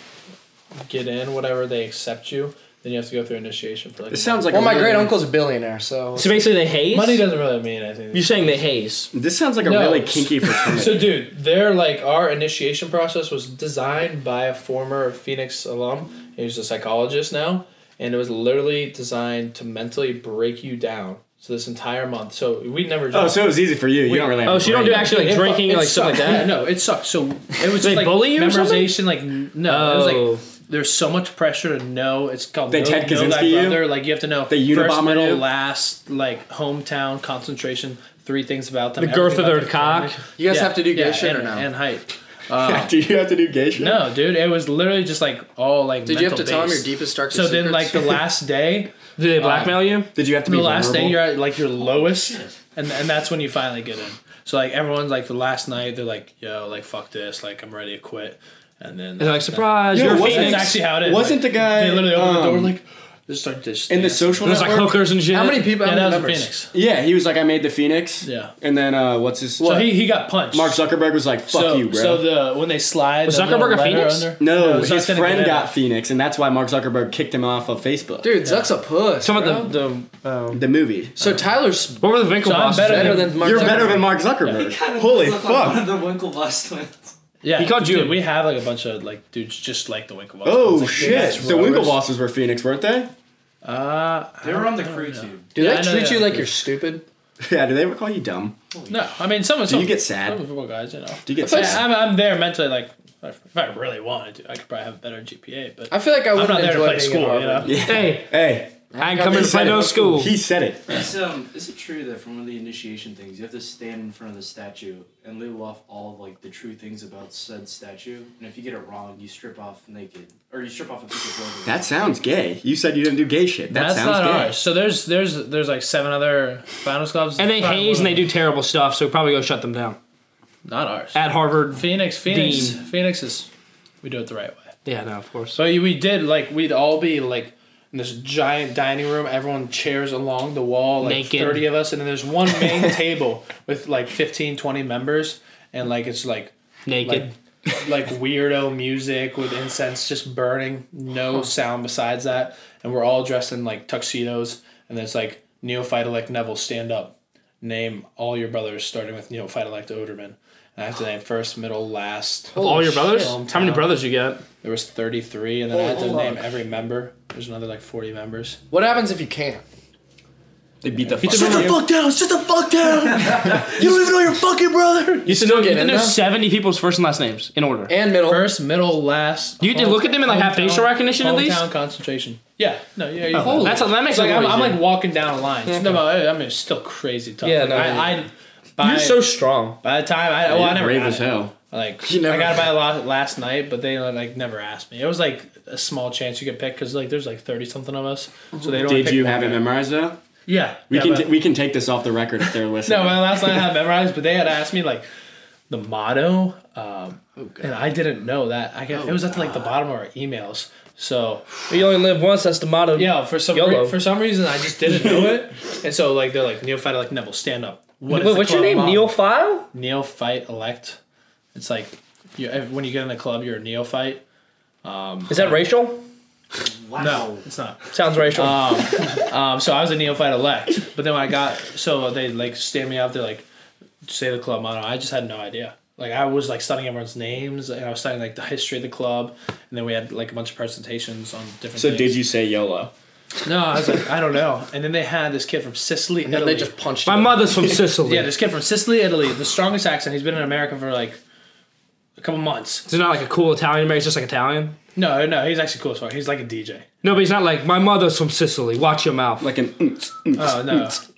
get in, whatever they accept you, then you have to go through initiation for like.
This sounds like
Well,
a
my
really-
great uncle's a billionaire, so
so basically, they haze.
money doesn't really mean anything.
You're saying they haze.
This sounds like a
No.
really kinky fraternity.
So, dude, their like our initiation process was designed by a former Phoenix alum. He's a psychologist now, and it was literally designed to mentally break you down. So this entire month, so we never.
oh, so it was easy for you. You don't really. Have
Oh,
a
so you don't do
brain.
actually like
It fu-
drinking
it
like stuff like
sucked.
that.
Yeah, no, it sucks. So it was
They
just like
bully you or
memorization. Like n- no, it was
Oh.
like there's so much pressure to know. It's called
They
know,
Ted
know thy
Kaczynski you?
brother. Like you have to know
They
first,
Unabomber
middle,
you?
last, like hometown, concentration, three things about them.
The girth
everything
of their
about
cock.
family.
you guys
Yeah,
have to do gay
yeah,
shit
and,
or no?
And height.
do you have to do gay shit?
No, dude, it was literally just like all like.
Did you have to
mental
tell him your
based.
deepest darkest?
So then, like
secrets?
the last day,
Do they blackmail you?
Did you have to be
the last
vulnerable?
day you're at like your lowest and and that's when you finally get in so like everyone's like the last night they're like yo like fuck this like i'm ready to quit and then
And they're like, surprise,
Yeah,
you're a
what's-
Phoenix.
that's actually how it is
Wasn't
like,
the guy
they literally open the door
um,
like just start this
in the
dance.
social
There's like
network?
hookers and shit.
how many people?
yeah
how
that
many
was a
members?
phoenix
Yeah, he was like, I made the Phoenix.
Yeah.
And then uh, what's his?
so he, he got punched
Mark Zuckerberg was like, "Fuck
so,
you, bro."
so the when they slide
Was
the little
Zuckerberg a
letter
Phoenix?
under-
no,
no,
his
Zuck's gonna
friend
get
got
out.
Phoenix, and that's why Mark Zuckerberg kicked him off of Facebook.
Dude, Zuck's a
[laughs]
puss.
Some of
bro.
the the um,
The movie.
so Tyler's
what were the Winklevoss?
So I'm better
better than Mark
You're
Zuckerberg.
better than Mark Zuckerberg. Holy
Look like one
fuck!
of the Winklevoss twins.
yeah
He called you.
dude, we have like a bunch of like dudes just like the Winklevoss
Oh
It's like, dude,
shit!
that's
The
robbers.
Winklevosses were Phoenix, weren't they?
uh
They were on the crew tube.
Do
Yeah,
they
I know,
treat you
yeah.
like you're stupid?
Yeah, do they ever call you dumb?
No, I mean some of
Do
some
you get
some
sad?
football guys, you know.
Do you get
But
sad?
I'm, I'm there mentally, like if I really wanted to, I could probably have a better GPA. But
I feel like I
I'm
wouldn't
not there to
enjoy
play
being
school,
at
you
Harvard.
[laughs]
know.
Hey,
Hey,
I ain't coming to play
said
no
it.
school.
He said it.
Is, um, is it true that for one of the initiation things, you have to stand in front of the statue and label off all of, like the true things about said statue, and if you get it wrong, you strip off naked or you strip off a piece of clothing.
That sounds gay. You said you didn't do gay shit. That
That's
sounds
not
gay.
ours. So there's there's there's like seven other finals clubs,
and they
Fine,
haze and they
whatever.
do terrible stuff, so probably go shut them down
not ours.
at Harvard.
Phoenix, Phoenix,
Dean.
Phoenix is we do it the right way.
Yeah, no, of course.
So you- we did like we'd all be like in this giant dining room, everyone chairs along the wall, like
Naked.
30 of us, and then there's one main [laughs] table with like 15, 20 members, and like it's like
Naked.
like weirdo music with incense just burning, no sound besides that, and we're all dressed in like tuxedos, and it's like neophyte elect Neville stand up, name all your brothers starting with neophyte elect Oderman. And I have to name first, middle, last.
All your brothers?
Hometown.
How many brothers you got?
There was 33, and then I had to
Hold on.
name every member. There's another like 40 members.
What happens if you can't?
They beat the
Shut the fuck
down! Shut the fuck down! you don't even know your fucking brother!
Oh,
You should know, you
get
did
in
know
though.
70 people's first and last names in order.
And
Oh.
middle.
First, middle, last.
You did look at them and, like, have facial recognition at least?
Hometown concentration. Yeah. No. Yeah. You
Holy. That's a- that makes
It's like
it
I'm,
way
I'm like
easier.
walking down a line. No, but I, I mean, it's still crazy tough.
Yeah,
Like,
no,
I,
yeah.
I, by,
You're so strong.
by the time I well, I never
brave
got
as
it.
hell.
Like
You never-
I
[laughs]
got it by la- last night, but they like never asked me. It was like a small chance you get picked because like there's like 30 something of us, so they don't.
Did
pick
you
one
have it
guy.
memorized though?
Yeah.
We
yeah,
can
but-
t- we can take this off the record if they're listening.
[laughs] No, my last night I had memorized, but they had asked me like the motto, um,
Oh,
and I didn't know that. I got, it was at like the bottom of our emails. So
You only live once, that's the motto.
yeah, for some
YOLO.
re- for some reason I just didn't know it, and so like they're like neophyte elect Neville stand up. What is
Wait,
the
what's your
club
name?
motto?
Neophile?
Neophyte elect. It's like you, if- when you get in the club, you're a neophyte.
Is that racial?
Wow.
No, it's not.
Sounds racial.
Um, so I was a neophyte elect, but then when I got so they like stand me up, they're like say the club motto. I just had no idea. Like I was like studying everyone's names, and I was studying like the history of the club, and then we had like a bunch of presentations on different.
So
things.
did you say YOLO?
No, I was like, I don't know. And then they had this kid from Sicily,
and
Italy.
they just punched
My
you.
mother's [laughs] from Sicily.
yeah, this kid from Sicily, Italy, the strongest accent. He's been in America for like a couple months.
It's not like a cool Italian man, he's just like Italian.
No, no, he's actually cool as fuck. He's like a DJ.
No, but he's not like, my mother's from Sicily. Watch your mouth. Like
Like an mm, mm.
Oh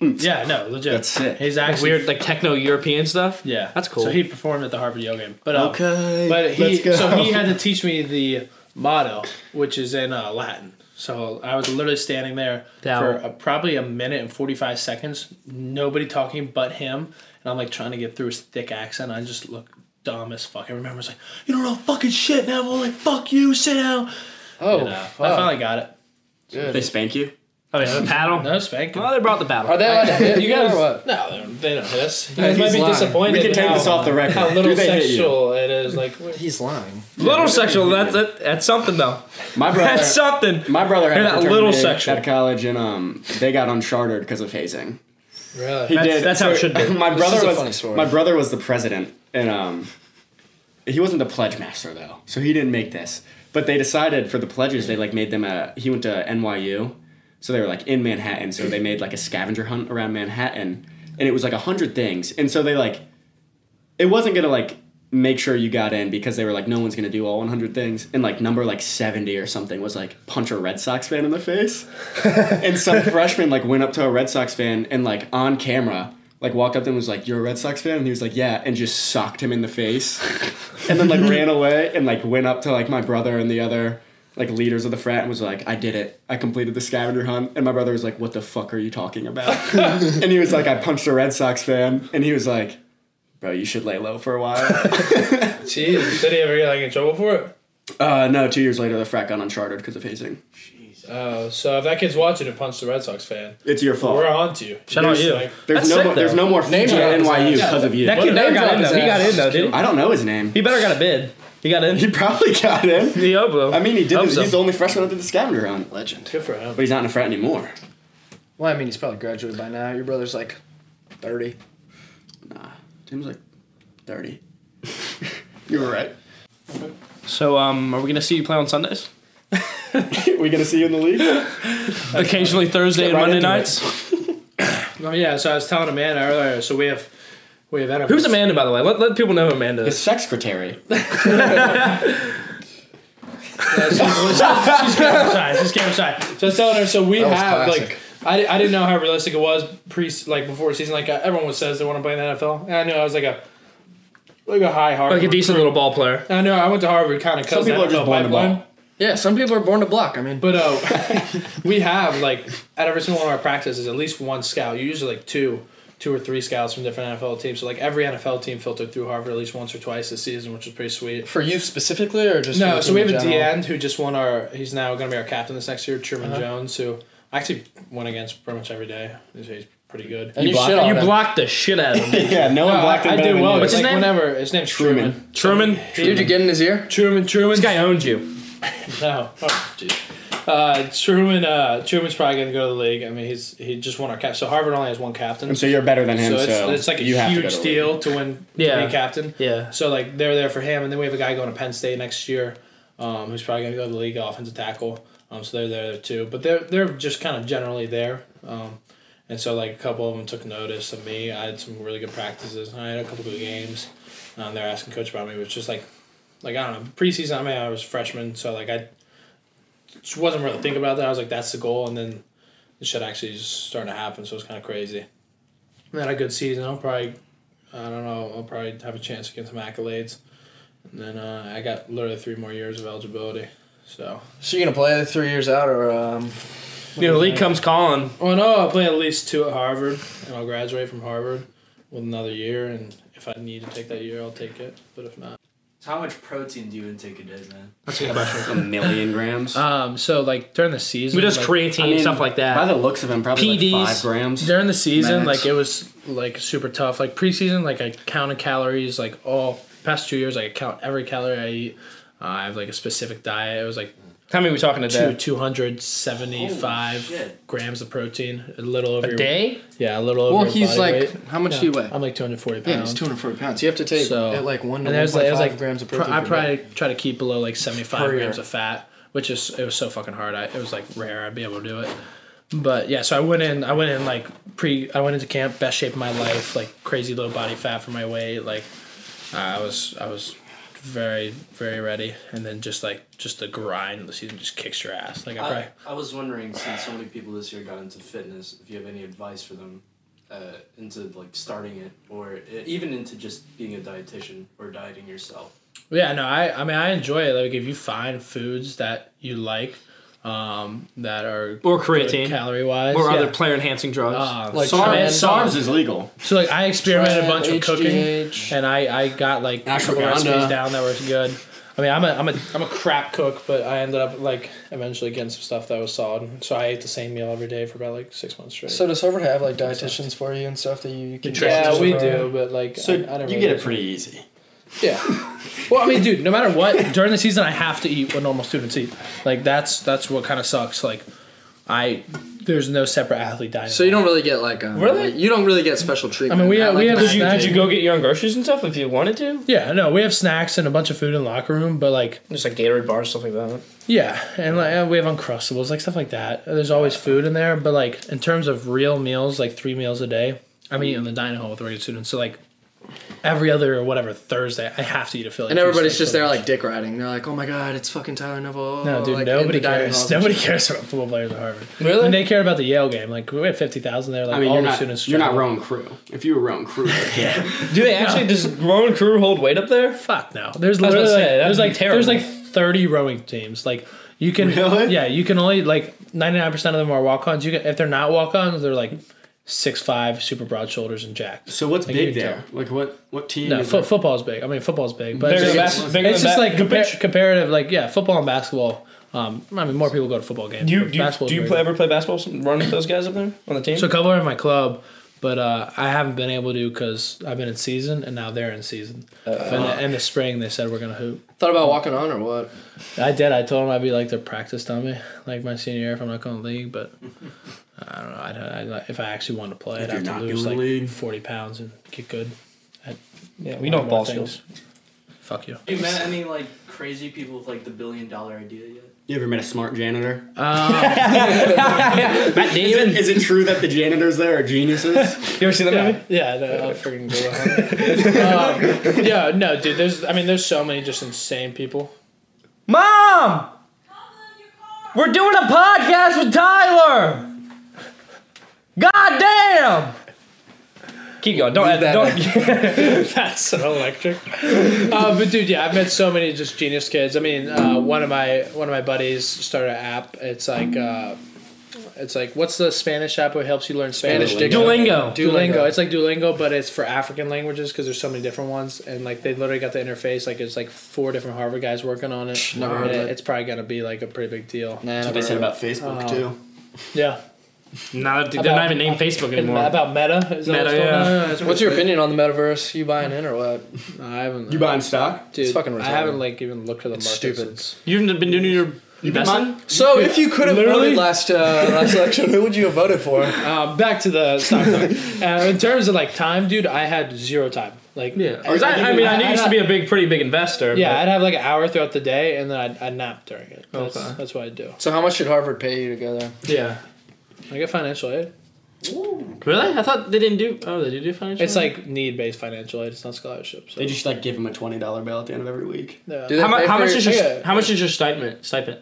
[laughs]
no, yeah, no, legit.
That's sick.
He's actually
weird, like techno European stuff.
Yeah,
That's cool.
So he performed at the Harvard Yale game, but um,
Okay,
but he
let's go.
so he had to teach me the motto, which is in uh, Latin. So I was literally standing there
Thou-
for uh probably a minute and forty five seconds, nobody talking but him, and I'm like trying to get through his thick accent. I just look dumb as fuck. I remember I was like, "You don't know fucking shit, Neville. Like fuck you, sit down."
Oh,
Ah,
And, uh, I
fuck.
finally got it.
they spank you.
oh, yeah, the paddle.
No spanking.
Oh, they brought the paddle.
Are they allowed to hit
You
you
guys,
or what?
no, they don't- they don't hit us. You guys
he's
might be
lying.
disappointed.
We can
in
take
how-
this off the record.
How little
Do they hit you?
sexual it is. Like [laughs]
He's lying.
little sexual. That's that, that's something though.
My brother.
That's something.
my brother had
You're
a
that
fraternity
little sexual.
at college, and um, they got unchartered because of hazing.
really.
He
That's-
did.
that's how it should be.
[laughs] my
This
brother
is a
was
funny story.
my brother was the president, and um, he wasn't the pledge master though, so he didn't make this. But they decided for the pledges, they like made them a. He went to NYU, so they were like in Manhattan, so they made like a scavenger hunt around Manhattan, and it was like a hundred things, and so they like, it wasn't gonna like make sure you got in because they were like no one's gonna do all 100 things and like number like 70 or something was like punch a red sox fan in the face and some freshman like went up to a Red Sox fan and like on camera like walked up to him and was like, "You're a Red Sox fan," and he was like, "Yeah," and just socked him in the face, and then like ran away and like went up to like my brother and the other like leaders of the frat and was like, "I did it. I completed the scavenger hunt." And my brother was like, "What the fuck are you talking about?" [laughs] and he was like, "I punched a Red Sox fan," and he was like. Bro, you should lay low for a while.
[laughs]
Jeez, did he ever get like in trouble for it?
uh, no, two years later, the frat got uncharted because of hazing.
Oh, so if that kid's watching and punched the Red Sox fan,
It's your
we're
fault.
on to you.
Shout out you.
There's
That's
no,
sick,
mo- there's
though.
no more future
drop
at
his
NYU
ass.
because of you.
That kid
name
never got
drop
in
is
though. He
that?
got in though, did he?
I don't know his name.
He better got a bid. He got in.
He probably got in.
The Oblo.
I mean, he did.
Hope
He's
so.
the only freshman that did the scavenger hunt,
Legend.
Good for him.
but he's not in a frat anymore.
Well, I mean, he's probably graduated by now. Your brother's like 30.
Nah, Tim's like thirty. [laughs] you were right. [laughs]
So, um, are we gonna see you play on Sundays?
we gonna see you in the league?
Occasionally Thursday and
right
Monday
into it.
nights.
Oh yeah, so I was telling Amanda earlier. So we have, we have Oedipus.
Who's Amanda, by the way? Let, let people know who Amanda
His
is.
secretary.
she's camera shy. She's camera shy. So I was telling her. So we
was
have
classic.
like. I, I didn't know how realistic it was pre like before season. Like uh, everyone says they want to play in the NFL. And I knew I was like a like a high Harvard.
Like a decent little ball player.
I know I went to Harvard, kind of.
Some people are just born to ball.
Yeah, some people are born to block. I mean,
But uh, [laughs] we have like at every single one of our practices at least one scout. Usually like two, two or three scouts from different NFL teams. So like every NFL team filtered through Harvard at least once or twice this season, which was pretty sweet.
for you specifically, or just for
No,
the
so
team
we
in
have a D
general?
end who just won our. He's now going to be our captain this next year, Truman Jones, who I actually won against pretty much every day. He's, he's pretty good.
And you,
block-
shit
you
on
You
him.
blocked the shit out of him.
yeah, no one
No,
blacked him
I, I
better
did
than
well.
you.
What's
What's his
his
like,
name?
Whenever his name's Truman.
[laughs]
Truman.
Truman.
Did you get in his ear?
Truman. Truman.
This guy owned you.
No. Oh, jeez. Uh, Truman. Uh, Truman's probably going to go to the league. I mean, he's he just won our cap. So Harvard only has one captain.
So you're better than him.
so
So,
it's, it's like a
you have to go
huge
to the league.
deal to win to
Yeah.
be captain.
Yeah.
So like they're there for him, and then we have a guy going to Penn State next year, um, who's probably going to go to the league offensive tackle. Um, so they're there too, but they're they're just kind of generally there. Um, and so like a couple of them took notice of me. I had some really good practices. and I had a couple good games. Um, they're asking coach about me, which just like, like I don't know preseason. I mean, I was freshman, so like I just wasn't really thinking about that. I was like, that's the goal, and then the shit actually is starting to happen. So it's kind of crazy. And I had a good season. I'll probably, I don't know, I'll probably have a chance to get some accolades. And then uh, I got literally three more years of eligibility. So,
So you're gonna play three years out, or um,
You know, the league comes calling.
oh no, I'll play at least two at Harvard, and I'll graduate from Harvard with another year. And if I need to take that year, I'll take it. But if not,
So how much protein do you intake a day, man?
that's a good question.
A million grams.
Um, so like during the season,
We just
like,
creatine,
I mean,
stuff like that.
By the looks of him, probably like
PDs.
five grams.
during the season,
Max.
like it was like super tough. Like preseason, like I counted calories. Like all past two years, I count every calorie I eat. Uh, I have like a specific diet. It was like
How many are we talking a
two
day?
two hundred seventy
Holy
five
shit.
grams of protein. A little over
A
your,
day?
Yeah, a little over.
well,
your
he's
body
like,
weight.
how much do you weigh?
I'm like two hundred forty
yeah,
pounds.
he's 240 pounds. You have to take
So-
at like one to
and there's like, there's
1.5
like
grams of protein.
I
per day.
probably try to keep below like seventy five
Per year.
grams of fat, which is it was so fucking hard. I, it was like rare I'd be able to do it. But yeah, so I went in. I went in like pre. I went into camp best shape of my life, like crazy low body fat for my weight. Like I was, I was very, very ready. And then just like just the grind of the season just kicks your ass. Like I probably.
I, I was wondering, since so many people this year got into fitness, if you have any advice for them uh, into like starting it, or uh, even into just being a dietitian or dieting yourself.
Yeah, no, I I mean I enjoy it. Like if you find foods that you like, um, that are
Or creatine.
calorie wise,
Or other player enhancing drugs?
like
SARMs,
man,
SARMs is legal.
Uh, so like I experimented a bunch with cooking,
HGH.
and I I got like a couple
Ashwagandha.
recipes down that were good. I mean, I'm a, I'm a, I'm a crap cook, but I ended up like eventually getting some stuff that was solid. So I ate the same meal every day for about like six months straight.
So does Harvard have like dietitians for you and stuff that you, you can?
yeah,
choose
we
from?
do, but like
So
I, I don't
you
really
get it pretty easy.
Yeah. Well, I mean, dude, no matter what, [laughs] during the season, I have to eat what normal students eat. Like that's that's what kind of sucks. Like, I there's no separate athlete diet.
So you don't really get like um,
Really?
you don't really get special treatment.
we
not
have-
like
we
an
have
Did you,
Snack
did you
day.
go get your own groceries and stuff if you wanted to?
Yeah, no, we have snacks and a bunch of food in the locker room, but like,
Just like Gatorade bars, stuff like [laughs] that.
yeah, and like uh, we have uncrustables, like stuff like that. There's always food in there, but like in terms of real meals, like three meals a day, I'm eating in the dining hall with regular students. So like every other whatever Thursday, I have to eat a Philly.
And everybody's just there
like.
like dick riding. They're like, oh my god, it's fucking Tyler Neville.
No, dude,
like, in
nobody
the dining
cares. [laughs]
halls.
Nobody cares about football players at Harvard.
Really?
And they care about the Yale game. Like we had fifty thousand there. Like
I mean,
all
you're
the
not,
students.
you're not Rowan
struggled.
Crew. If you were Rowan [laughs] Crew, yeah.
Do they actually just rowing crew hold weight up there?
Fuck no. There's
was gonna
literally
say,
like,
that'd
there's
be
like
terrible.
there's like thirty rowing teams. Like you can
Really?
yeah you can only like ninety nine percent of them are walk ons. You can if they're not walk ons they're like six five, super broad shoulders and jacked.
So what's
Like, you
big
can
there? Like what what team?
No,
is
fo-
it?
football's big. I mean, football's big, but
Bigger
it's
than
just,
bas- bigger
it's
than
just
ba-
like
compar-
compar- comparative. Like yeah, football and basketball. Um, I mean, more people go to football games.
You
but
do you,
basketball's
do you
bigger.
play, ever play basketball? some- Run with those guys up there on the team?
So a couple are in my club, but uh, I haven't been able to because I've been in season and now they're in season.
Uh,
But in, the, in the spring, they said we're gonna hoop.
Thought about walking on or what?
I did. I told them I'd be like their practice dummy, like my senior year if I'm not going to the league.
[laughs]
But I don't know. I don't. I, if I actually want to play, I'd
you're
have to
not
lose
gonna
like
league.
forty pounds and get good.
yeah, we know
More
ball
things.
skills.
Fuck you.
Have you met any like crazy people with like the billion dollar idea yet?
You ever met a smart janitor?
Matt Damon.
Is it true that the janitors there are geniuses?
You ever seen that movie?
Yeah, no, I'll [laughs] freaking go um, Yeah, no, dude. There's, I mean, there's so many just insane people. [laughs]
Mom, we're doing a podcast with Tyler. God damn. Keep going. Don't add that. [laughs] Don't.
That's so electric. uh, but dude, yeah, I've met so many just genius kids. I mean, uh, one of my one of my buddies started an app. It's like. Uh, it's like what's the Spanish app that helps you learn Spanish?
Duolingo.
Duolingo.
Duolingo. It's like Duolingo, but it's for African languages because there's so many different ones, and like they literally got the interface. Like it's like four different Harvard guys working on it.
Never heard of
And
it.
It's probably gonna be like a pretty big deal.
Nah,
That's what they said about Facebook too.
Yeah.
No, dude, they're not even named Facebook
And
anymore.
about Meta. Is that
Meta,
what's going
yeah.
on?
What's your opinion on the metaverse? You buying in or what?
I haven't.
You buying stock?
Dude,
It's fucking
I
retarded.
haven't like even looked at the market.
stupid.
Since.
You've been doing your investment.
So if you could have
Literally-
voted last uh, last election, who would you have voted for?
Um, back to the
[laughs]
stock. talk. uh, in terms of like time, dude, I had zero time. Like
Yeah. 'Cause I, I mean, I knew you used to be a big, pretty big investor.
Yeah, I'd have like an hour throughout the day, and then I'd, I'd nap during it. That's,
Okay.
that's what I do.
So how much should Harvard pay you to go there?
Yeah, I get financial aid.
but- Really? I thought they didn't do. Oh, they do do financial.
It's like need based financial aid. It's not scholarship. So.
They just like give him a twenty dollar bill at the end of every week.
Yeah.
Do they
How, mu-
pay
how
for
much
your-
is your
yeah.
how much is your stipend? Stipend.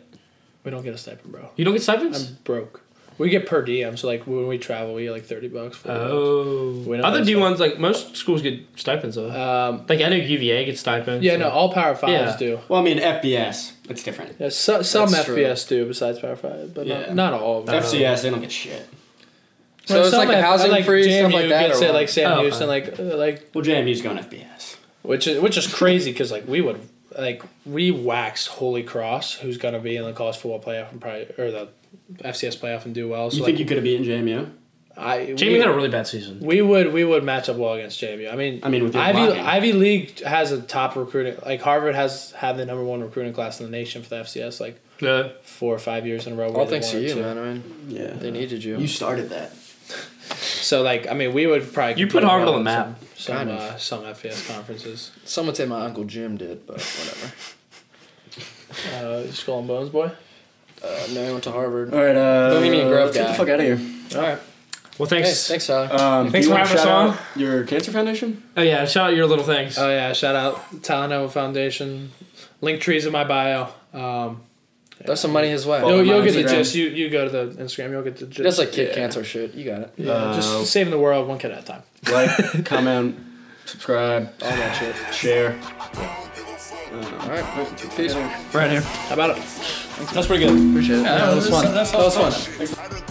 we don't get a stipend, bro.
You don't get stipends.
I'm broke. We get per diem, so like when we travel, we get like thirty bucks. 40 We
oh.
don't
Other
get
D ones like most schools get stipends though.
bucks. Um,
like I know UVA gets stipends.
yeah, no, all Power Fives
Yeah.
do.
Well, I mean FBS, it's different.
Yeah, so, some
That's true.
FBS do besides Power Five, but
Yeah.
not, not all. Of them.
FCS, they don't get shit.
So it's like a housing freeze, stuff like that,
Gets
or
it,
what?
like Sam
Oh,
Houston, like uh, like
Well, JMU's going FBS.
which is which is crazy because like we would like we waxed Holy Cross, who's gonna be in the college football playoff and probably or the FCS playoff and do well. So
You
like
think you could have beaten JMU?
I
Jamie
we,
had a really bad season.
we would we would match up well against JMU. I mean,
I mean, with your
Ivy
blocking.
Ivy League has a top recruiting. Like Harvard has had the number one recruiting class in the nation for the FCS like
Yeah.
four or five years in a row.
All
Well,
thanks to you, man. I mean,
Yeah.
they needed you.
You started that.
So like I mean, we would probably
You put
compete
Harvard
well
on the
in
map.
Some some,
Kind of.
uh, some FCS conferences.
Some would say my uncle Jim did, but whatever.
Uh, Skull and Bones boy.
Uh, no, he went to Harvard.
All right. Uh,
Bohemian Grove
Get the
guy.
fuck out of here.
All right.
Well,
Hey,
thanks.
thanks, Tyler.
Um,
Thanks
do you
for
wanna
having us
shout
on.
out Your
[laughs]
cancer foundation.
Oh yeah, shout out your little things.
Oh yeah, shout out Talanoa Foundation. Link trees in my bio. Um,
Throw some money his way.
you'll,
him
you'll
on
get the
Instagram.
gist. You you go to the Instagram. You'll get the gist.
That's like kid
Yeah.
cancer shit. You got it.
Yeah,
Uh,
just saving the world one kid at a time.
Like, comment, subscribe,
All that shit.
share.
All right. Peace.
Right here.
How about it? That's pretty good.
Appreciate it.
That was fun. That's
That was fun.
Tired of